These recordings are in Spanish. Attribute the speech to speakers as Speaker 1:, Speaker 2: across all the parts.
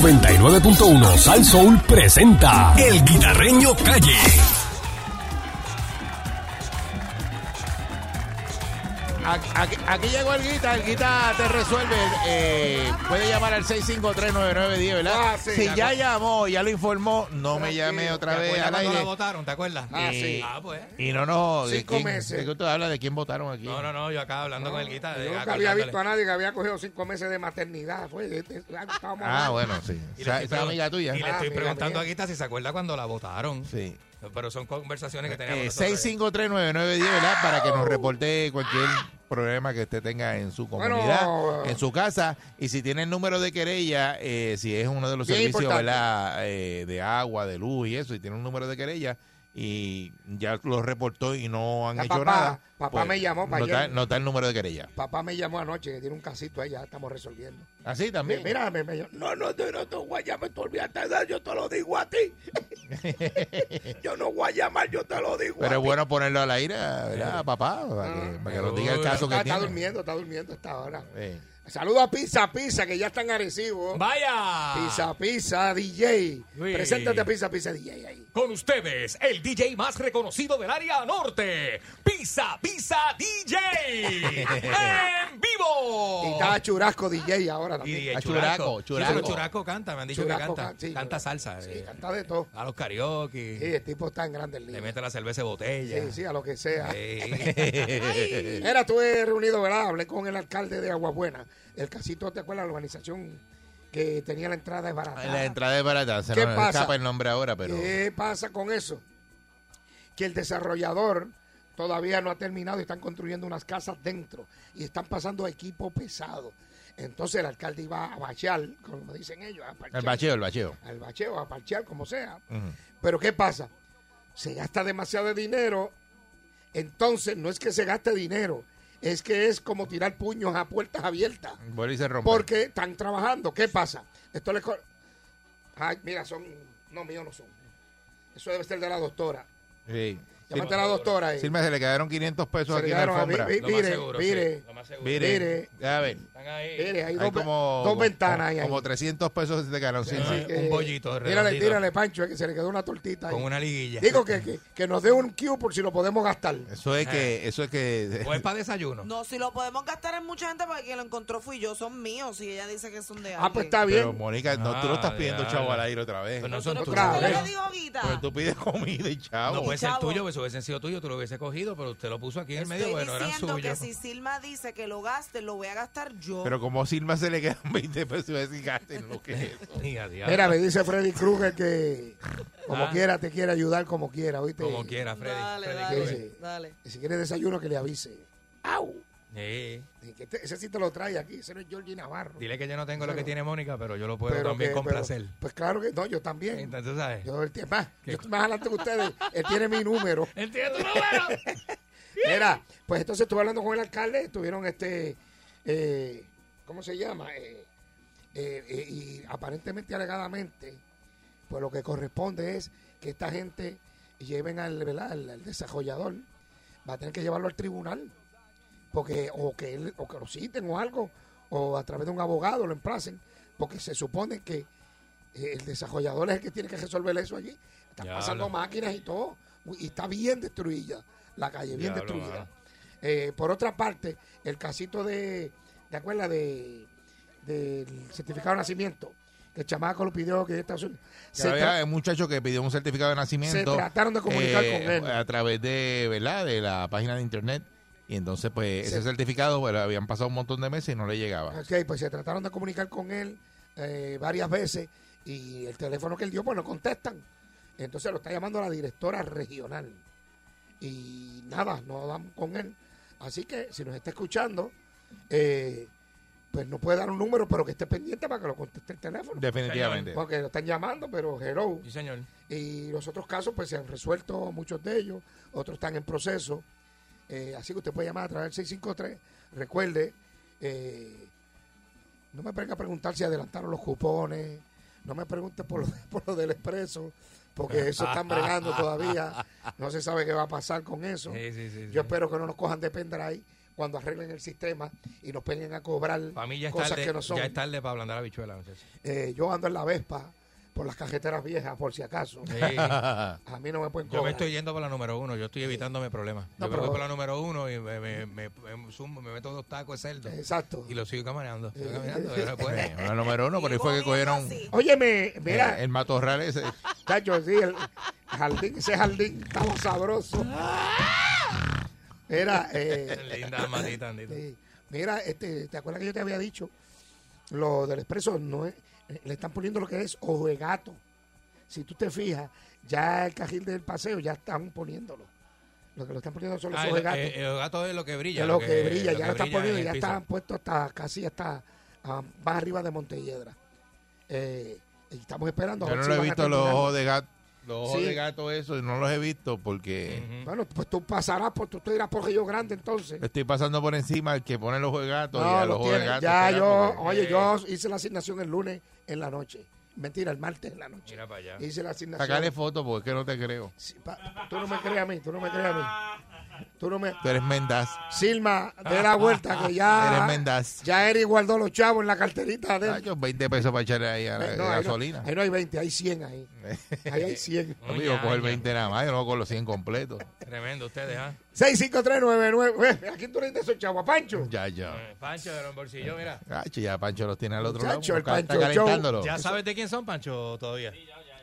Speaker 1: 99.1 Sal Soul presenta El Guitarreño Calle.
Speaker 2: Aquí, aquí llegó el guita, el guita te resuelve. Eh, puede llamar al 6539910, ¿verdad?
Speaker 3: Ah, sí,
Speaker 2: si
Speaker 3: ya
Speaker 2: ya
Speaker 3: con-
Speaker 2: llamó, ya lo informó, no me
Speaker 3: Tranquilo,
Speaker 2: llame otra
Speaker 4: ¿Te
Speaker 2: vez
Speaker 4: acuerdas
Speaker 2: al
Speaker 4: cuando la
Speaker 2: aire.
Speaker 4: votaron? ¿Te acuerdas?
Speaker 3: Ah, sí.
Speaker 4: Ah, pues.
Speaker 2: Y no, no, de
Speaker 3: Cinco
Speaker 2: quién-
Speaker 3: meses.
Speaker 2: ¿De qué usted habla? ¿De quién votaron aquí?
Speaker 4: No, no, no, yo acá hablando con el guita.
Speaker 3: Yo
Speaker 4: de-
Speaker 3: nunca había
Speaker 4: acordándole.
Speaker 3: visto a nadie que había cogido cinco meses de maternidad. Fue, de- de- de- estábamos
Speaker 2: Ah,
Speaker 3: hablando.
Speaker 2: bueno, sí.
Speaker 4: Y le
Speaker 2: Esa,
Speaker 4: estoy
Speaker 2: esa
Speaker 4: pregun-
Speaker 2: amiga tuya.
Speaker 4: Y le
Speaker 3: Ah,
Speaker 4: estoy
Speaker 3: amiga
Speaker 4: preguntando
Speaker 3: mía.
Speaker 4: a Guita si se acuerda cuando la votaron.
Speaker 2: Sí.
Speaker 4: Pero son conversaciones que teníamos.
Speaker 2: Eh,
Speaker 4: nosotros.
Speaker 2: 6539910, ¿verdad? Para que nos reporte cualquier problema que usted tenga en su comunidad,
Speaker 3: Bueno. uh,
Speaker 2: en su casa. Y si tiene el número de querella, eh, si es uno de los
Speaker 3: Bien
Speaker 2: servicios,
Speaker 3: importante.
Speaker 2: ¿verdad? Eh, de agua, de luz y eso, y tiene un número de querella y ya lo reportó y no han
Speaker 3: Ya
Speaker 2: hecho
Speaker 3: papá-
Speaker 2: nada. pues,
Speaker 3: papá me llamó
Speaker 2: no
Speaker 3: para
Speaker 2: está,
Speaker 3: ayer.
Speaker 2: no está el número de querella.
Speaker 3: Papá me llamó anoche, que tiene un casito ahí, ya estamos resolviendo.
Speaker 2: Así
Speaker 3: Mi-
Speaker 2: Ah, también.
Speaker 3: Mira, me, me dijo, no, no, no, no, no, guayame, tú olvídate de eso, yo te lo digo a ti. yo no voy a llamar, yo te lo digo
Speaker 2: Pero
Speaker 3: a
Speaker 2: es
Speaker 3: ti.
Speaker 2: bueno ponerlo al aire, ¿verdad, papá? Para que, para que nos diga el
Speaker 4: Uy,
Speaker 2: caso que
Speaker 3: Ah, Está, está
Speaker 2: tiene.
Speaker 3: durmiendo, está durmiendo hasta ahora.
Speaker 2: Eh.
Speaker 3: Saludos a Pizza Pizza, que ya están agresivos.
Speaker 4: ¡Vaya!
Speaker 3: Pizza Pizza DJ.
Speaker 4: Uy.
Speaker 3: Preséntate a Pizza Pizza DJ ahí.
Speaker 4: Con ustedes, el DJ más reconocido del área norte, Pisa Pisa DJ. ¡En vivo!
Speaker 3: Y está Churasco DJ ahora
Speaker 4: Oh. Y
Speaker 3: también.
Speaker 4: DJ
Speaker 2: Ah,
Speaker 4: Churaco.
Speaker 2: Churaco,
Speaker 4: Sí,
Speaker 2: Churaco.
Speaker 4: pero Churaco canta, me han dicho
Speaker 3: Churaco
Speaker 4: que canta.
Speaker 3: can- sí,
Speaker 4: canta
Speaker 3: Churaco.
Speaker 4: salsa.
Speaker 3: Sí,
Speaker 4: eh,
Speaker 3: canta de todo.
Speaker 4: A los karaoke.
Speaker 3: Sí, el tipo está en grandes
Speaker 4: Le
Speaker 3: ligas.
Speaker 4: mete la cerveza de botella.
Speaker 3: Sí, sí, a lo que sea.
Speaker 4: Sí.
Speaker 3: Era, estuve reunido, ¿verdad? Hablé con el alcalde de Aguabuena. El casito, ¿te acuerdas? La organización que tenía la entrada de barata.
Speaker 2: La entrada es barata, se
Speaker 3: Ah. ¿Qué
Speaker 2: nos
Speaker 3: pasa? Eh,
Speaker 2: escapa el nombre ahora, pero...
Speaker 3: ¿Qué pasa con eso? Que el desarrollador todavía no ha terminado y están construyendo unas casas dentro y están pasando equipo pesado. Entonces el alcalde iba a bachear, como dicen ellos, a parchear.
Speaker 2: El bacheo, el bacheo.
Speaker 3: Al bacheo, a parchear, como sea.
Speaker 2: Ujú.
Speaker 3: Pero ¿qué pasa? Se gasta demasiado dinero. Entonces, no es que se gaste dinero, es que es como tirar puños a puertas abiertas.
Speaker 2: Vuelve y se rompe.
Speaker 3: Porque están trabajando. ¿Qué pasa? Esto les. co- Ay, mira, son. No, mío no son. Eso debe ser de la doctora.
Speaker 2: Sí.
Speaker 3: Llámate a la doctora. ahí.
Speaker 2: Silma, se le quedaron 500 pesos
Speaker 3: Se le
Speaker 2: aquí en la
Speaker 3: quedaron a
Speaker 2: alfombra.
Speaker 3: mí, mí.
Speaker 4: Lo más
Speaker 3: Mire,
Speaker 4: seguro,
Speaker 3: mire.
Speaker 4: sí, lo más seguro.
Speaker 2: Mire,
Speaker 3: Mire.
Speaker 2: a ver.
Speaker 4: Están ahí.
Speaker 3: Mire, hay,
Speaker 2: Hay
Speaker 3: dos, ve-
Speaker 2: como,
Speaker 3: dos ventanas ahí. ahí.
Speaker 2: Como 300 pesos se te quedaron, Silma.
Speaker 4: Así que- un bollito
Speaker 3: Tírale,
Speaker 4: redondito.
Speaker 3: tírale, Pancho, eh, que se le quedó una tortita ahí.
Speaker 4: Con una liguilla.
Speaker 3: Digo que, que, que nos dé un cue por si lo podemos gastar.
Speaker 2: Eso es
Speaker 4: Ah.
Speaker 2: que... Eso es
Speaker 4: O es
Speaker 2: que
Speaker 4: para desayuno.
Speaker 5: No, si lo podemos gastar en mucha gente porque quien lo encontró fui yo, son míos y ella dice que son de alguien.
Speaker 3: Ah, pues está
Speaker 2: pero,
Speaker 3: bien.
Speaker 2: Mónica, no, tú lo estás
Speaker 4: Ah,
Speaker 2: pidiendo,
Speaker 4: diablo.
Speaker 2: chavo, al aire otra vez.
Speaker 4: Pero no son
Speaker 3: Otra
Speaker 4: tuyos.
Speaker 5: Yo
Speaker 3: vez.
Speaker 5: le digo, Guita.
Speaker 2: Pero tú pides comida y chavo.
Speaker 4: No puede ser
Speaker 5: Chavo.
Speaker 4: tuyo, pues hubiesen sido tuyo, tú lo hubiese cogido, pero usted lo puso aquí en el
Speaker 5: Estoy
Speaker 4: medio, bueno, eran
Speaker 5: diciendo que
Speaker 4: suyos.
Speaker 5: si Silma dice que lo gaste, lo voy a gastar yo.
Speaker 2: Pero como a Silma se le quedan 20 pesos, y va a decir, gasten lo que es.
Speaker 4: Ni a diablo.
Speaker 3: Mira, me dice Freddy Krueger que como
Speaker 4: Ah.
Speaker 3: quiera te quiere ayudar, como quiera, ¿oíste?
Speaker 4: Como quiera, Freddy.
Speaker 5: dale,
Speaker 4: Freddy
Speaker 5: dale,
Speaker 4: Krueger.
Speaker 3: Krueger.
Speaker 5: dale.
Speaker 3: Y Si quieres desayuno, que le avise. ¡Au!
Speaker 4: Sí.
Speaker 3: Y que te- ese sí te lo trae aquí, ese no es Georgie Navarro.
Speaker 4: Dile que yo no tengo lo que
Speaker 3: Pero-
Speaker 4: tiene Mónica, pero yo lo puedo también
Speaker 3: que-
Speaker 4: complacer.
Speaker 3: pero- pues claro que no, yo también.
Speaker 4: Entonces, ¿sabes?
Speaker 3: Yo, el tie- más, yo estoy más adelante que ustedes, él tiene mi número.
Speaker 4: Entiendo, no, bueno.
Speaker 3: Mira, pues entonces estuve hablando con el alcalde, estuvieron este, eh, ¿cómo se llama? Eh, eh, eh, y aparentemente, alegadamente, pues lo que corresponde es que esta gente lleven al, ¿verdad? al, al desarrollador, va a tener que llevarlo al tribunal, porque o que, él, o que lo citen o algo, o a través de un abogado lo emplacen, porque se supone que eh, el desarrollador es el que tiene que resolver eso allí. Están
Speaker 4: Diablo.
Speaker 3: pasando máquinas y todo, y está bien destruida la calle, bien
Speaker 4: Diablo,
Speaker 3: destruida.
Speaker 4: mano.
Speaker 3: Eh, por otra parte, el casito de, ¿te acuerdas? De, del certificado de nacimiento, que el chamaco lo pidió que de Estados Unidos.
Speaker 2: Que
Speaker 3: Se tra-
Speaker 2: había un muchacho que pidió un certificado de nacimiento. eh,
Speaker 3: Se trataron de comunicar con él.
Speaker 2: A través de, ¿verdad? De la página de internet. Y entonces, pues,
Speaker 3: Se-
Speaker 2: ese certificado, bueno, habían pasado un montón de meses y no le llegaba.
Speaker 3: Ok, pues se trataron de comunicar con él eh, varias veces y el teléfono que él dio, pues no contestan. Entonces lo está llamando la directora regional. Y nada, no dan con él. Así que si nos está escuchando, eh, pues no puede dar un número, pero que esté pendiente para que lo conteste el teléfono.
Speaker 2: Definitivamente.
Speaker 3: Porque lo están llamando, pero hello.
Speaker 4: Sí, señor.
Speaker 3: Y los otros casos, pues se han resuelto muchos de ellos, otros están en proceso. Eh, así que usted puede llamar a través del 653. Recuerde, eh, no me venga a preguntar si adelantaron los cupones, no me pregunte por lo, por lo del expreso, porque eso están bregando todavía. No se sabe qué va a pasar con eso.
Speaker 4: Sí, sí, sí. sí.
Speaker 3: Yo espero que no nos cojan de pendrive cuando arreglen el sistema y nos peguen a cobrar
Speaker 4: Para mí ya es
Speaker 3: cosas
Speaker 4: tarde,
Speaker 3: que no son.
Speaker 4: ya es tarde para ablandar la bichuela, muchachos.
Speaker 3: Eh, yo ando en la Vespa por las carreteras viejas, por si acaso.
Speaker 4: Sí.
Speaker 3: A mí no me pueden
Speaker 4: Yo me
Speaker 3: cobrar.
Speaker 4: estoy yendo para la número uno, yo estoy evitándome problemas.
Speaker 3: No,
Speaker 4: yo me
Speaker 3: pero-
Speaker 4: voy para la número uno y me, me, me- me sumo, me meto dos tacos de cerdo
Speaker 3: Exacto.
Speaker 4: y lo sigo caminando. Sigo caminando, yo no puedo.
Speaker 2: Bueno, número uno, por ahí fue que cogieron eh,
Speaker 3: Óyeme, mira,
Speaker 4: Eh,
Speaker 3: Ah,
Speaker 2: el matorral ese.
Speaker 3: Cacho, sí, el jardín, ese jardín estaba sabroso. Mira, eh,
Speaker 4: Linda matita, andito.
Speaker 3: eh, mira, este, ¿te acuerdas que yo te había dicho? Lo del expreso no es, eh, le están poniendo lo que es ojo de gato. Si tú te fijas, ya el cajil del paseo ya están poniéndolo. Lo que lo están poniendo son los
Speaker 4: Ah,
Speaker 3: ojos de
Speaker 4: el,
Speaker 3: gato.
Speaker 4: eh, el gato es lo que brilla.
Speaker 3: es lo que, brilla, ya lo están
Speaker 4: brilla en
Speaker 3: poniendo,
Speaker 4: el
Speaker 3: ya
Speaker 4: piso.
Speaker 3: están puestos hasta casi hasta ah, más arriba de Montelledra. Eh, y estamos esperando. a
Speaker 2: Yo no
Speaker 3: ver si
Speaker 2: lo he
Speaker 3: van a
Speaker 2: visto los
Speaker 3: terminarlo.
Speaker 2: ojos de gato. Los ojos
Speaker 3: Sí.
Speaker 2: de gato, eso, no los he visto porque
Speaker 4: Ujú.
Speaker 3: Bueno, pues tú pasarás por, tú, tú irás por Río Grande entonces.
Speaker 2: estoy pasando por encima el que pone los ojos de gato. y a los
Speaker 3: lo
Speaker 2: ojos de
Speaker 3: tiene.
Speaker 2: gato
Speaker 3: ya
Speaker 2: será
Speaker 3: yo,
Speaker 2: porque-
Speaker 3: oye, yo hice la asignación el lunes en la noche. Mentira, el martes en la noche.
Speaker 4: Mira para allá.
Speaker 3: Hice la asignación.
Speaker 2: Sacale foto porque es que no te creo.
Speaker 3: Sí, pa- tú no me crees a mí, tú no me crees a mí. Tú no me...
Speaker 2: Tú eres mendaz.
Speaker 3: Silma, de la vuelta que
Speaker 2: Eres
Speaker 3: ya...
Speaker 2: mendaz.
Speaker 3: Ya Eric guardó los chavos en la carterita de él.
Speaker 2: Nacho, 20 pesos para echarle ahí a la,
Speaker 3: Eh, No, ahí no-
Speaker 2: Eh, gasolina.
Speaker 3: ahí no hay 20, hay 100 ahí. Ahí hay 100.
Speaker 4: Mm,
Speaker 2: No me digo coger 20 nada más, yo no con los 100 completos.
Speaker 4: Tremendo ustedes, ¿ah?
Speaker 3: 65399. Eh, ¿A quién tú le dices esos chavos? ¿A Pancho?
Speaker 2: Ya, ya.
Speaker 4: Eh, Pancho de los bolsillos, mira.
Speaker 2: Gacho, ya Pancho los tiene al otro
Speaker 3: Muchacho,
Speaker 2: lado.
Speaker 3: el Pancho
Speaker 2: está calentándolo.
Speaker 4: ¿Ya sabes de quién son, Pancho, todavía?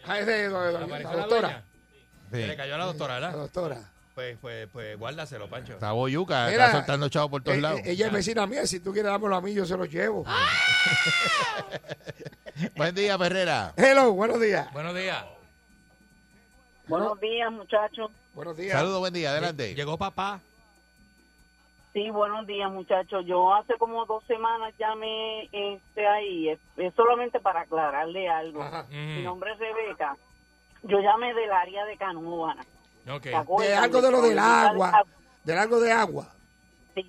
Speaker 3: Ah, es de- de- de- de-
Speaker 4: ¿Apareció
Speaker 3: la
Speaker 4: la
Speaker 3: doctora.
Speaker 4: dueña?
Speaker 2: Sí.
Speaker 4: Se le cayó a la doctora,
Speaker 3: La
Speaker 4: ¿verdad?
Speaker 3: doctora.
Speaker 4: Pues, pues, pues, guárdaselo, Pancho.
Speaker 2: Está boyuca,
Speaker 3: Mira,
Speaker 2: está soltando chavo por todos
Speaker 3: Eh,
Speaker 2: lados.
Speaker 3: eh, Ella es vecina mía, si tú quieres dármelo a mí, yo se lo llevo.
Speaker 2: Buen día, Ferrera.
Speaker 3: Hello, buenos días.
Speaker 4: Buenos días.
Speaker 6: Buenos días, muchachos.
Speaker 3: Buenos días.
Speaker 2: Saludos, buen día, adelante.
Speaker 4: Llegó papá.
Speaker 6: Sí, buenos días, muchachos. Yo hace como dos semanas llamé este, ahí. Es, es solamente para aclararle algo.
Speaker 3: Ajá. Mm.
Speaker 6: Mi nombre es Rebeca. Yo llamé del área de Canóvana.
Speaker 4: Ok.
Speaker 3: De algo de lo del agua. Del algo de agua.
Speaker 6: Sí.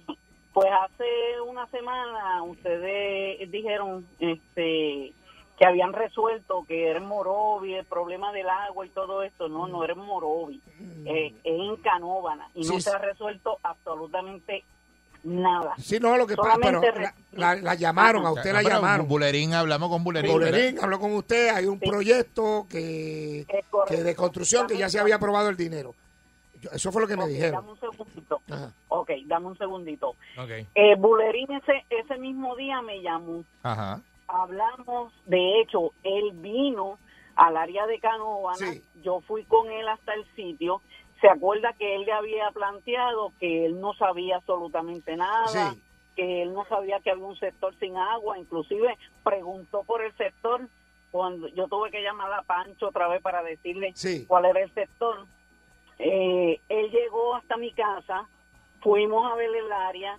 Speaker 6: Pues hace una semana ustedes dijeron este que habían resuelto que era en Morovi el problema del agua y todo esto. No, no era en Morovi. Eh, es en Canóvana. Y
Speaker 3: Mm. Sí,
Speaker 6: no
Speaker 3: sí.
Speaker 6: se ha resuelto absolutamente nada.
Speaker 3: Sí, no, lo que pasa, pero
Speaker 6: Solamente
Speaker 3: la, la- la llamaron, a usted la
Speaker 2: Ah, Pero
Speaker 3: llamaron.
Speaker 2: Bulerín, hablamos con Bulerín. ¿verdad?
Speaker 3: Bolerín habló con usted, hay un proyecto que,
Speaker 6: Es Eh, correcto.
Speaker 3: que de construcción que ya se había aprobado el dinero. Yo- eso fue lo que me
Speaker 6: Ok,
Speaker 3: dijeron.
Speaker 6: Dame un segundito.
Speaker 3: Ajá.
Speaker 6: Ok, dame un segundito.
Speaker 4: Ok.
Speaker 6: Eh, Bulerín ese, ese mismo día me llamó.
Speaker 2: Ajá.
Speaker 6: Hablamos, de hecho, él vino al área de Canóvana.
Speaker 3: Sí.
Speaker 6: Yo fui con él hasta el sitio. Se acuerda que él le había planteado que él no sabía absolutamente nada.
Speaker 3: Sí. Mm.
Speaker 6: que él no sabía que había un sector sin agua, inclusive preguntó por el sector, cuando yo tuve que llamar a Pancho otra vez para decirle
Speaker 3: Sí.
Speaker 6: cuál era el sector. Eh, él llegó hasta mi casa, fuimos a ver el área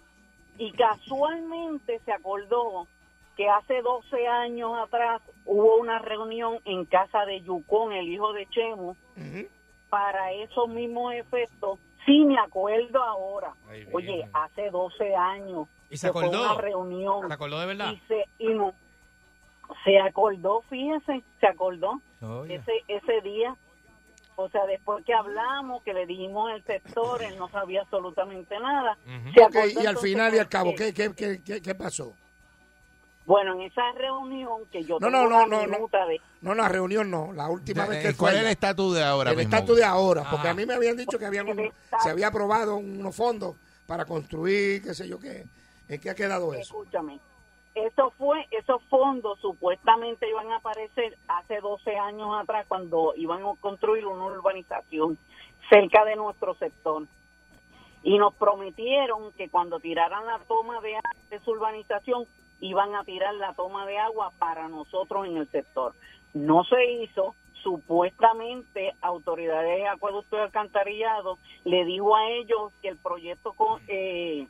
Speaker 6: y casualmente se acordó que hace 12 años atrás hubo una reunión en casa de Yukon, el hijo de Chemo,
Speaker 3: Ujú.
Speaker 6: para esos mismos efectos. Sí, me acuerdo ahora.
Speaker 4: Ay, bien.
Speaker 6: Oye, hace 12 años.
Speaker 4: ¿Y se
Speaker 6: que fue
Speaker 4: acordó?
Speaker 6: una reunión.
Speaker 4: ¿Se acordó de verdad?
Speaker 6: Y se, y no- se acordó, fíjese, se acordó
Speaker 4: Oye.
Speaker 6: ese, ese día. O sea, después que hablamos, que le dijimos el sector, él no sabía absolutamente nada.
Speaker 4: Ujú.
Speaker 6: Se
Speaker 3: Ok,
Speaker 6: acordó
Speaker 3: y al
Speaker 6: entonces
Speaker 3: final y al cabo,
Speaker 6: que-
Speaker 3: ¿qué, qué, qué, qué- qué pasó?
Speaker 6: Bueno, en esa reunión que yo
Speaker 3: No,
Speaker 6: tengo
Speaker 3: no, no,
Speaker 6: la
Speaker 3: no, no.
Speaker 6: minuta de-
Speaker 3: No, la reunión no, la última
Speaker 4: eh,
Speaker 3: vez que él
Speaker 2: Eh, ¿Cuál
Speaker 3: fue
Speaker 2: es el
Speaker 3: allá.
Speaker 2: estatus de ahora
Speaker 3: el
Speaker 2: mismo?
Speaker 3: estatus de ahora, porque
Speaker 4: Ah.
Speaker 3: a mí me habían dicho que habían un-
Speaker 6: El estatus.
Speaker 3: se había aprobado unos fondos para construir, qué sé yo qué. ¿En qué ha quedado eso?
Speaker 6: Escúchame, eso fue, esos fondos supuestamente iban a aparecer hace 12 años atrás cuando iban a construir una urbanización cerca de nuestro sector. Y nos prometieron que cuando tiraran la toma de agua de su urbanización, iban a tirar la toma de agua para nosotros en el sector. No se hizo. Supuestamente, autoridades de acueducto y alcantarillado le dijo a ellos que el proyecto con, eh,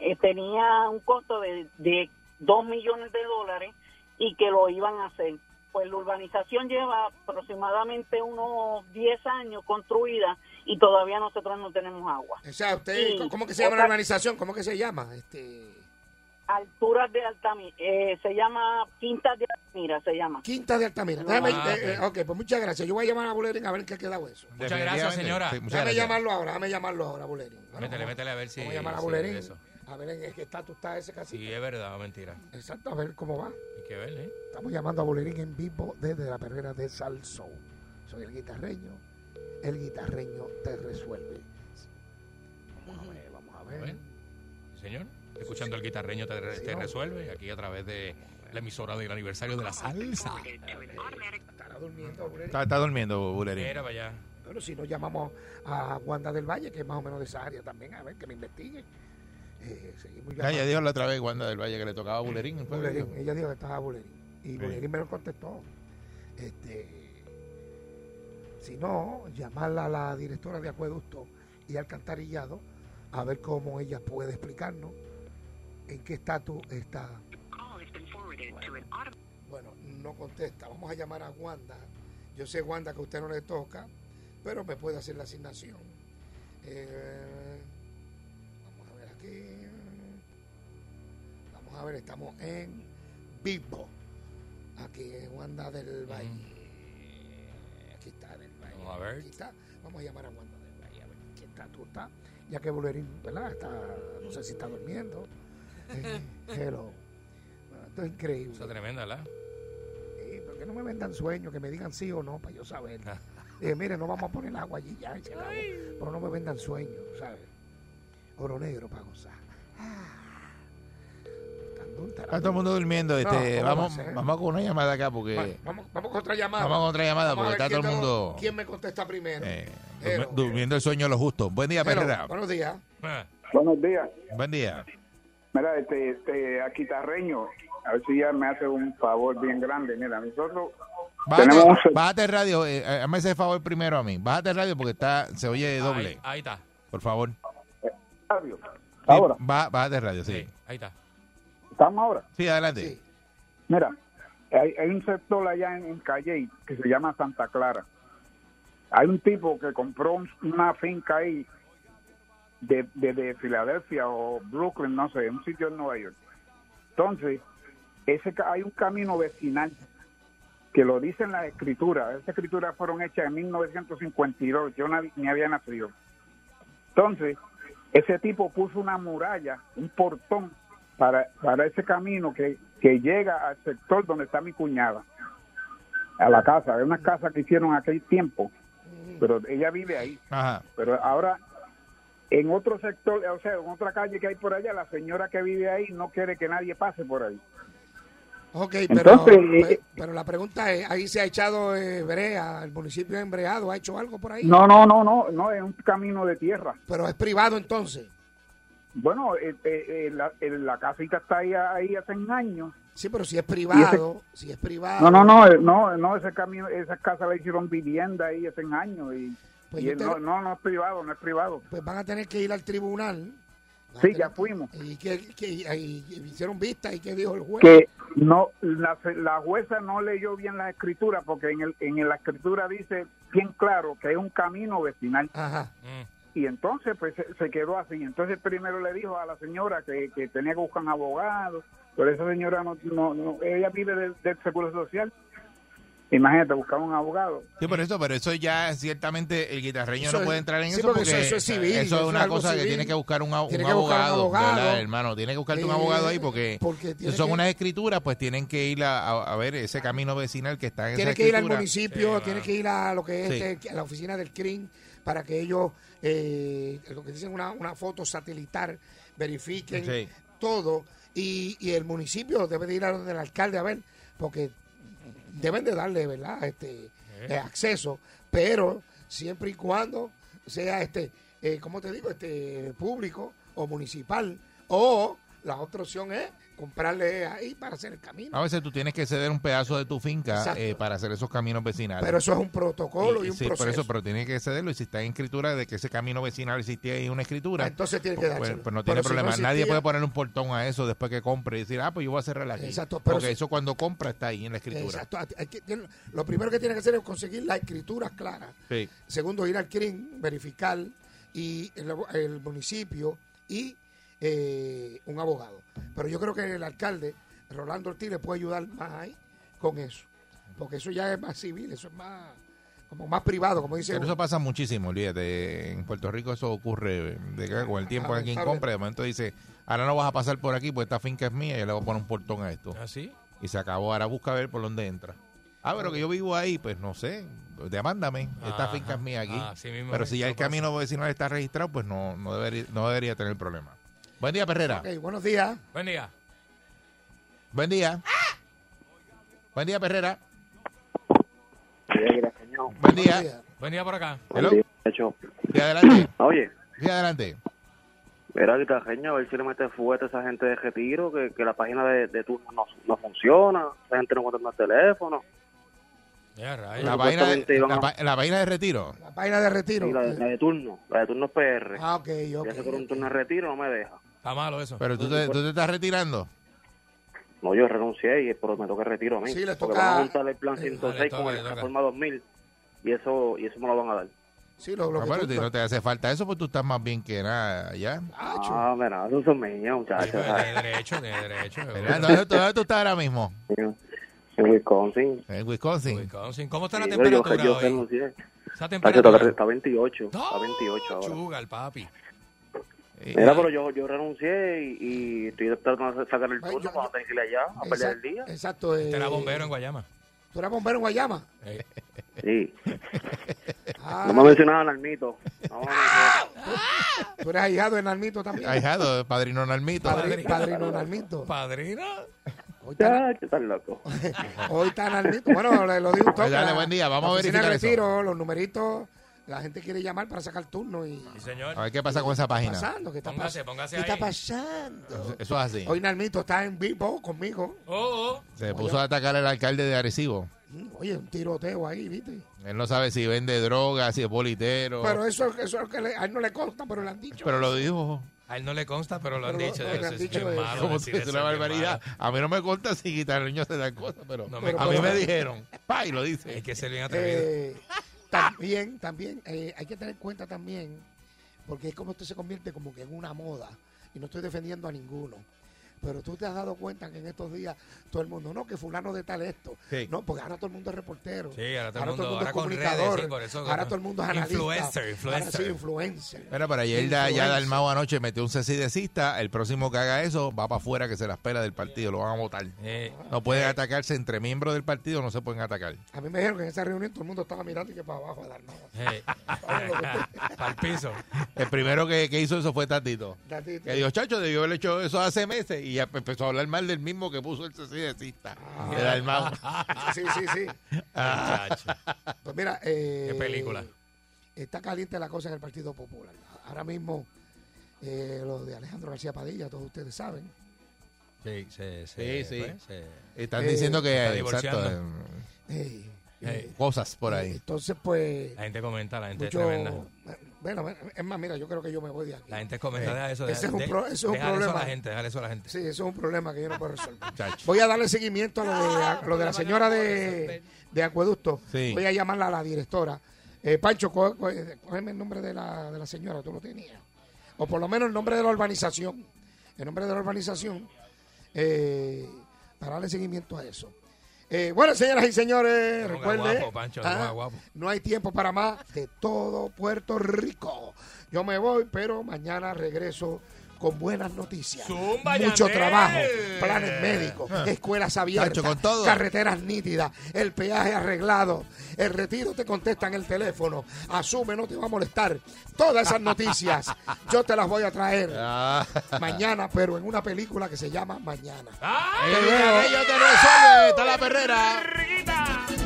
Speaker 6: eh, tenía un costo de, de 2 millones de dólares y que lo iban a hacer. Pues la urbanización lleva aproximadamente unos 10 años construida y todavía nosotros no tenemos agua.
Speaker 3: O sea, usted,
Speaker 6: Sí.
Speaker 3: ¿cómo que se llama la
Speaker 6: Otra-
Speaker 3: organización? ¿Cómo que se llama? Este,
Speaker 6: Alturas de Altamira, eh, se llama Quintas de Altamira, se llama.
Speaker 3: Quinta de Altamira. Déjame-
Speaker 4: Ah,
Speaker 3: eh, eh, ok, pues muchas gracias. Yo voy a llamar a Bulerín a ver en qué ha quedado eso.
Speaker 4: Muchas gracias,
Speaker 2: Definitivamente.
Speaker 4: señora.
Speaker 2: Sí, muchas
Speaker 3: Déjame
Speaker 2: gracias.
Speaker 3: llamarlo ahora, déjame llamarlo ahora, Bulerín. Bueno,
Speaker 4: Métele,
Speaker 3: vamos-
Speaker 4: métele a ver si.
Speaker 3: Vamos a llamar a
Speaker 4: si
Speaker 3: Bulerín.
Speaker 4: eso.
Speaker 3: A ver en qué estatus está ese
Speaker 4: Sí, eh.
Speaker 3: cacique.
Speaker 4: es verdad, mentira.
Speaker 3: Exacto, a ver cómo va.
Speaker 4: Hay que ver, ¿eh?
Speaker 3: Estamos llamando a Bolerín en vivo desde la perrera de Salso. Soy el guitarreño. El guitarreño te resuelve. Vamos a ver, vamos a
Speaker 4: A ver.
Speaker 3: ver.
Speaker 4: Sí, Señor, escuchando el guitarreño te, te
Speaker 3: no.
Speaker 4: resuelve aquí a través de la emisora del aniversario de la
Speaker 2: Ah,
Speaker 4: salsa.
Speaker 3: Estará durmiendo, Bolerín.
Speaker 2: Está, está durmiendo, Bulerín.
Speaker 4: Mira, vaya.
Speaker 3: Bueno, si no llamamos a Wanda del Valle, que es más o menos de esa área también, a ver que me investigue. Eh, seguimos
Speaker 2: Ya, ya
Speaker 3: llamando.
Speaker 2: dijo la otra vez Wanda del Valle que le tocaba a Bulerín. ¿no fue?
Speaker 3: Bulerín, ella dijo que estaba Bulerín. Y
Speaker 2: Sí.
Speaker 3: Bulerín me lo contestó. Este, si no, llamarla a la directora de acueducto y alcantarillado a ver cómo ella puede explicarnos en qué estatus está. Bueno, no contesta. Vamos a llamar a Wanda. Yo sé, Wanda, que a usted no le toca, pero me puede hacer la asignación. Eh, vamos a ver aquí. Vamos a ver, estamos en vivo. Aquí es Wanda del Valle. Aquí está del Valle.
Speaker 4: Vamos a ver.
Speaker 3: Aquí está. Vamos a llamar a Wanda del Valle. A ver, ¿qué estatus está? Ya que Bulerín, ¿verdad? Está, no sé si está durmiendo. Eh, hello. Bueno, esto es increíble.
Speaker 4: Cosa tremenda, ¿verdad?
Speaker 3: Sí, pero que no me vendan sueños, que me digan sí o no, para yo saber. Dije, mire, no vamos a poner agua allí ya, ese agua, pero no me vendan sueños, ¿sabes? Oro negro para gozar. Ah. Tan dulce la
Speaker 2: Está todo el mundo durmiendo. Este,
Speaker 3: ¿cómo
Speaker 2: vamos,
Speaker 3: va a ser?
Speaker 2: vamos con una llamada acá porque eh,
Speaker 3: Bueno, vamos, vamos con otra llamada.
Speaker 2: vamos con otra llamada
Speaker 3: Vamos a
Speaker 2: porque está
Speaker 3: ver
Speaker 2: todo
Speaker 3: quién
Speaker 2: el
Speaker 3: tengo-
Speaker 2: mundo
Speaker 3: ¿Quién me contesta primero?
Speaker 2: eh,
Speaker 3: Hello.
Speaker 2: durmi- durmiendo el sueño de los justos. Buen día,
Speaker 3: Hello,
Speaker 2: Perrera.
Speaker 3: Buenos días.
Speaker 4: Ah,
Speaker 7: Buenos días.
Speaker 2: Buen día.
Speaker 7: Mira, este, este, Aquitarreño, a ver si ya me hace un favor bien grande. Mira, nosotros
Speaker 2: Bájate,
Speaker 7: Tenemos un-
Speaker 2: bájate el radio, eh, eh, hazme ese favor primero a mí. Bájate el radio porque está, se oye doble,
Speaker 4: Ahí, ahí está.
Speaker 2: por favor.
Speaker 7: Octavio,
Speaker 2: Sí,
Speaker 7: ahora,
Speaker 2: ba- bájate el radio, sí.
Speaker 4: Sí, ahí está.
Speaker 7: estamos ahora.
Speaker 2: Sí, adelante.
Speaker 3: Sí.
Speaker 7: Mira, hay, hay un sector allá en, en Calle que se llama Santa Clara. Hay un tipo que compró un- una finca ahí de, de, de Filadelfia o Brooklyn, no sé, un sitio en Nueva York. Entonces, ese ca- hay un camino vecinal que lo dicen las escrituras. Esas escrituras fueron hechas en 1952. Yo na- ni había nacido. Entonces, ese tipo puso una muralla, un portón para, para ese camino que, que llega al sector donde está mi cuñada, a la casa. Es una casa que hicieron aquel tiempo, pero ella vive ahí.
Speaker 2: Ajá.
Speaker 7: Pero ahora, en otro sector, o sea, en otra calle que hay por allá, la señora que vive ahí no quiere que nadie pase por ahí.
Speaker 3: Ok, pero,
Speaker 7: Entonces,
Speaker 3: pe-
Speaker 7: eh,
Speaker 3: pero la pregunta es, ahí se ha echado eh, brea, el municipio ha embreado, ha hecho algo por ahí,
Speaker 7: No, no, no, no, no, es un camino de tierra.
Speaker 3: pero es privado entonces.
Speaker 7: Bueno, eh, eh, eh, la, eh, la casita está ahí, ahí hace años.
Speaker 3: Sí, pero si es privado, si es privado.
Speaker 7: No, no, no, eh, no, no, ese camino, esas casas la hicieron vivienda ahí hace años y,
Speaker 3: Pues
Speaker 7: y
Speaker 3: yo
Speaker 7: él
Speaker 3: te-
Speaker 7: no, no, no es privado, no es privado.
Speaker 3: pues van a tener que ir al tribunal. Van a
Speaker 7: Sí,
Speaker 3: tener-
Speaker 7: ya fuimos.
Speaker 3: ¿Y que, hicieron vista? ¿Y qué dijo el juez?
Speaker 7: Que no, la, la jueza no leyó bien las escrituras porque en, el, en la escritura dice bien claro que es un camino vecinal
Speaker 3: Ajá.
Speaker 4: Mm.
Speaker 7: y entonces pues se, se quedó así. Entonces primero le dijo a la señora que, que tenía que buscar un abogado, pero esa señora no, no, no- ella vive del, del Seguro Social. Imagínate, buscar un abogado.
Speaker 2: Sí, por eso, pero eso ya ciertamente el guitarreño
Speaker 3: Eso
Speaker 2: no
Speaker 3: es-
Speaker 2: puede entrar en
Speaker 3: sí,
Speaker 2: eso
Speaker 3: porque
Speaker 2: porque,
Speaker 3: eso- eso es civil,
Speaker 2: eso
Speaker 3: eso
Speaker 2: es
Speaker 3: es
Speaker 2: una
Speaker 3: algo
Speaker 2: cosa que
Speaker 3: civil.
Speaker 2: tiene que buscar un, a- un
Speaker 3: Tiene que buscar un
Speaker 2: abogado,
Speaker 3: abogado.
Speaker 2: ¿verdad, hermano, tiene que buscarte un
Speaker 3: Eh,
Speaker 2: abogado ahí porque,
Speaker 3: porque tiene
Speaker 2: son
Speaker 3: que-
Speaker 2: unas escrituras, pues tienen que ir a, a- a ver ese camino vecinal que está en
Speaker 3: Tiene
Speaker 2: esa
Speaker 3: que ir al
Speaker 2: escritura.
Speaker 3: municipio,
Speaker 4: Sí,
Speaker 3: tiene
Speaker 4: va.
Speaker 3: que ir a lo que es
Speaker 2: Sí.
Speaker 3: este, a la oficina del CRIM para que ellos, eh, lo que dicen, una, una foto satelitar, verifiquen
Speaker 2: Sí.
Speaker 3: todo. Y, y el municipio debe de ir a donde el alcalde a ver, porque deben de darle, ¿verdad?, este eh, acceso, pero siempre y cuando sea este, eh, ¿cómo te digo?, este público o municipal, o la otra opción es comprarle ahí para hacer el camino.
Speaker 2: A veces tú tienes que ceder un pedazo de tu finca
Speaker 3: Exacto.
Speaker 2: eh, para hacer esos caminos vecinales.
Speaker 3: Pero eso es un protocolo y,
Speaker 2: Y-
Speaker 3: un
Speaker 2: sí,
Speaker 3: proceso.
Speaker 2: por eso, pero tienes que cederlo. Y si está en escritura de que ese camino vecinal existía y una
Speaker 3: Ah,
Speaker 2: escritura,
Speaker 3: Entonces tiene que
Speaker 2: pues,
Speaker 3: dárselo.
Speaker 2: pues no
Speaker 3: Pero
Speaker 2: tiene
Speaker 3: si
Speaker 2: problema.
Speaker 3: existía,
Speaker 2: Nadie puede poner un portón a eso después que compre y decir, ah, pues yo voy a cerrar aquí.
Speaker 3: Exacto, pero
Speaker 2: Porque
Speaker 3: si-
Speaker 2: eso cuando compra está ahí en la escritura.
Speaker 3: Exacto. Hay que- tiene- lo primero que tiene que hacer es conseguir la escritura clara.
Speaker 2: Sí.
Speaker 3: Segundo, ir al CRIM, verificar y el, el municipio y eh, un abogado. Pero yo creo que el alcalde, Rolando Ortiz, le puede ayudar más ahí con eso. Porque eso ya es más civil, eso es más como más privado, como dice.
Speaker 2: Pero eso pasa muchísimo, olvídate. En Puerto Rico eso ocurre. De que con el tiempo
Speaker 3: Ah,
Speaker 2: hay quien
Speaker 3: sabe.
Speaker 2: compra, de momento dice, ahora no vas a pasar por aquí, pues esta finca es mía, yo le voy a poner un portón a esto.
Speaker 4: ¿Así?
Speaker 2: Y se acabó, ahora busca ver por dónde entra. Ah, pero que yo vivo ahí, pues no sé, demándame, esta
Speaker 4: Ajá.
Speaker 2: finca es mía aquí.
Speaker 4: Así mismo
Speaker 2: pero
Speaker 4: es,
Speaker 2: si ya el
Speaker 4: eso pasa.
Speaker 2: camino vecinal está registrado, pues no, no, debería, no debería tener problema. Buen día, Perrera.
Speaker 3: Ok, buenos días.
Speaker 4: Buen día.
Speaker 2: Buen día.
Speaker 3: Ah.
Speaker 2: Buen día, Perrera. Buen
Speaker 3: Buenos
Speaker 2: día.
Speaker 3: días.
Speaker 4: Buen día por acá.
Speaker 2: Hello.
Speaker 8: Hecho. Ah,
Speaker 2: Sí, adelante.
Speaker 8: Oye,
Speaker 2: Sí, adelante.
Speaker 8: era el cajeño, a ver si le mete fuerte a esa gente de retiro, que, que la página de, de turno no, no funciona, la gente no contesta el teléfono.
Speaker 4: Ya, rayos.
Speaker 2: La vaina
Speaker 8: Supuestamente
Speaker 2: de,
Speaker 8: iban
Speaker 2: la,
Speaker 8: a-
Speaker 2: pa- la vaina de retiro.
Speaker 3: La página de retiro.
Speaker 8: Sí, la, de- la de turno, la de turno es PR.
Speaker 3: Ah, ok, ok.
Speaker 8: Ya se por un turno de retiro, no me deja.
Speaker 4: Está malo eso.
Speaker 2: Pero tú te, tú te estás retirando.
Speaker 8: No, yo renuncié, y, pero me toca el retiro a mí.
Speaker 3: Sí, le
Speaker 8: porque
Speaker 3: toca-
Speaker 8: van a juntar el plan
Speaker 3: eh,
Speaker 8: 106
Speaker 4: le toca,
Speaker 8: con
Speaker 4: le
Speaker 8: el
Speaker 4: toca.
Speaker 8: Reforma 2000 y eso, y eso me lo van a dar.
Speaker 3: Sí, lo, lo
Speaker 2: Ah,
Speaker 3: que
Speaker 2: bueno,
Speaker 3: tú-
Speaker 2: si no te hace falta eso, pues tú estás más bien que nada ya.
Speaker 3: Acho.
Speaker 8: Ah, mira, eso son míos,
Speaker 4: Ay,
Speaker 8: muchachos.
Speaker 4: pues,
Speaker 8: ¿sabes?
Speaker 4: Tiene derecho, tiene derecho.
Speaker 2: Mira, ¿Dónde, dónde tú estás ahora mismo?
Speaker 8: En Wisconsin.
Speaker 2: En Wisconsin.
Speaker 4: Wisconsin. ¿Cómo está la
Speaker 8: Sí, pero yo,
Speaker 4: temperatura
Speaker 8: yo
Speaker 4: hoy?
Speaker 8: renuncié.
Speaker 4: Esa
Speaker 8: Tacho, Está,
Speaker 4: temperatura.
Speaker 8: está 28, está 28
Speaker 4: No,
Speaker 8: ahora.
Speaker 4: chuga, el papi.
Speaker 2: Eh,
Speaker 8: Mira, pero yo, yo renuncié y, y estoy tratando de sacar el
Speaker 3: Ay,
Speaker 8: turno
Speaker 3: yo-
Speaker 8: para tener que ir allá a pelear el
Speaker 3: Exact-
Speaker 8: día.
Speaker 3: Exacto. eh,
Speaker 4: Este era bombero en Guayama.
Speaker 3: ¿Tú eras bombero en Guayama?
Speaker 4: Eh,
Speaker 8: Sí.
Speaker 3: eh. Ah,
Speaker 8: No me mencionaban al mito. No, no, no.
Speaker 3: tú eres ahijado de Nalmito también.
Speaker 2: ahijado, padrino Nalmito.
Speaker 3: Padri- padrino Nalmito.
Speaker 4: Padrino.
Speaker 3: Hoy está,
Speaker 8: Chacho, estás loco.
Speaker 3: hoy está Nalmito. Bueno, le- lo digo un toque.
Speaker 2: Pues dale,
Speaker 3: la-
Speaker 2: buen día, vamos
Speaker 3: la
Speaker 2: a
Speaker 3: oficina de
Speaker 2: verificar eso.
Speaker 3: retiro, los numeritos, la gente quiere llamar para sacar turno y...
Speaker 4: Sí, señor.
Speaker 2: A ver qué pasa con esa página.
Speaker 3: pasando? ¿Qué está,
Speaker 4: Póngase,
Speaker 3: pas-
Speaker 4: póngase
Speaker 3: ¿Qué está
Speaker 4: ahí.
Speaker 3: pasando?
Speaker 2: Eso es así.
Speaker 3: Hoy Nalmito está en vivo conmigo.
Speaker 4: Oh, oh.
Speaker 2: Se puso a atacar al alcalde de Arecibo.
Speaker 3: Mm, Oye, un tiroteo ahí, ¿viste?
Speaker 2: Él no sabe si vende droga, si es bolitero.
Speaker 3: Pero eso, eso es lo que le- a él no le consta, pero le han dicho.
Speaker 2: Pero lo dijo.
Speaker 4: A él no le consta, pero lo han
Speaker 3: Pero lo-
Speaker 4: dicho.
Speaker 3: lo que
Speaker 4: Eso
Speaker 3: han
Speaker 4: es
Speaker 3: dicho
Speaker 4: bien
Speaker 3: es-
Speaker 4: malo
Speaker 2: Como
Speaker 4: decir
Speaker 2: si es
Speaker 4: eso,
Speaker 2: una
Speaker 4: bien
Speaker 2: barbaridad.
Speaker 4: malo.
Speaker 2: A mí no me conta si guitarreño se dan cosas, pero
Speaker 4: No me
Speaker 2: a mí
Speaker 4: consta.
Speaker 2: me dijeron. Pa, y lo dice.
Speaker 4: Hay que ser bien atrevido.
Speaker 3: Eh, también, también, eh, hay que tener en cuenta también, porque es como esto se convierte como que en una moda, y no estoy defendiendo a ninguno. Pero tú te has dado cuenta que en estos días todo el mundo, no, que fulano de tal esto.
Speaker 2: Sí.
Speaker 3: No, porque ahora todo el mundo es reportero.
Speaker 4: Sí, ahora todo el mundo-
Speaker 3: es
Speaker 4: ahora con
Speaker 3: comunicador.
Speaker 4: redes, sí, por eso que
Speaker 3: ahora
Speaker 4: no-
Speaker 3: todo el mundo es analista.
Speaker 4: Influencer,
Speaker 3: Ahora sí,
Speaker 4: influencer.
Speaker 3: influencer.
Speaker 2: Mira, para ayer ya, ya
Speaker 3: Influencer.
Speaker 2: Dalmau anoche metió un cesta El próximo que haga eso va para afuera que se las pela del partido. Lo van a votar.
Speaker 4: Eh,
Speaker 2: No pueden atacarse entre miembros del partido, no se pueden atacar.
Speaker 3: A mí me dijeron que en esa reunión todo el mundo estaba mirando y que para abajo a dar nada.
Speaker 4: eh. Para el piso.
Speaker 2: El primero que, que hizo eso fue Tatito.
Speaker 3: Tatito.
Speaker 2: Que dijo, chacho, debió haber hecho eso hace meses y ya empezó a hablar mal del mismo que puso el cesta de Dalmau.
Speaker 3: Sí, sí, sí.
Speaker 4: Muchacho.
Speaker 3: Pues mira, eh,
Speaker 4: Qué película.
Speaker 3: Está caliente la cosa en el Partido Popular. Ahora mismo, eh, lo de Alejandro García Padilla, todos ustedes saben.
Speaker 4: Sí, sí,
Speaker 2: Sí,
Speaker 4: sí.
Speaker 2: sí.
Speaker 4: pues, sí.
Speaker 2: Están
Speaker 3: Eh,
Speaker 2: diciendo que
Speaker 4: está
Speaker 2: exacto,
Speaker 4: divorciando.
Speaker 2: eh,
Speaker 3: Eh,
Speaker 4: Eh,
Speaker 2: cosas por ahí.
Speaker 3: entonces, pues,
Speaker 4: La gente comenta, la gente
Speaker 3: mucho.
Speaker 4: es tremenda.
Speaker 3: Bueno, bueno, es más, mira, yo creo que yo me voy de aquí. Eh,
Speaker 4: La gente comenta, deja eso.
Speaker 3: ese
Speaker 4: deja-
Speaker 3: es un
Speaker 4: de-
Speaker 3: pro- ese es un
Speaker 4: déjale eso a
Speaker 3: problema.
Speaker 4: la gente, déjale eso a la gente.
Speaker 3: Sí, eso es un problema que yo no puedo resolver.
Speaker 2: Chacho.
Speaker 3: Voy a darle seguimiento a lo de, a lo de la señora de, de Acueducto.
Speaker 2: Sí.
Speaker 3: Voy a llamarla a la directora. Eh, Pancho, co- co- eh, cógeme el nombre de la, de la señora, tú lo tenías. O por lo menos el nombre de la urbanización. El nombre de la urbanización. eh, para darle seguimiento a eso. Eh, bueno, señoras y señores,
Speaker 4: Ponga
Speaker 3: recuerde, ah,
Speaker 4: guapo, Pancho, ponga guapo.
Speaker 3: no hay tiempo para más de todo Puerto Rico. Yo me voy, pero mañana regreso con buenas noticias.
Speaker 4: Zumba,
Speaker 3: Mucho
Speaker 4: Yandel.
Speaker 3: trabajo, planes médicos, escuelas abiertas,
Speaker 2: Chacho, Ah. con todo.
Speaker 3: carreteras nítidas, el peaje arreglado, el retiro te contesta en el teléfono, asume, no te va a molestar. Todas esas noticias yo te las voy a traer
Speaker 2: Ah,
Speaker 3: mañana, pero en una película que se llama Mañana.
Speaker 4: ¡Ah!
Speaker 2: el guitarreño te resuelve, está la perrera.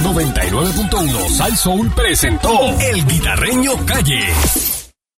Speaker 1: Sol 99.1 Sal Soul presentó El Guitarreño Calle.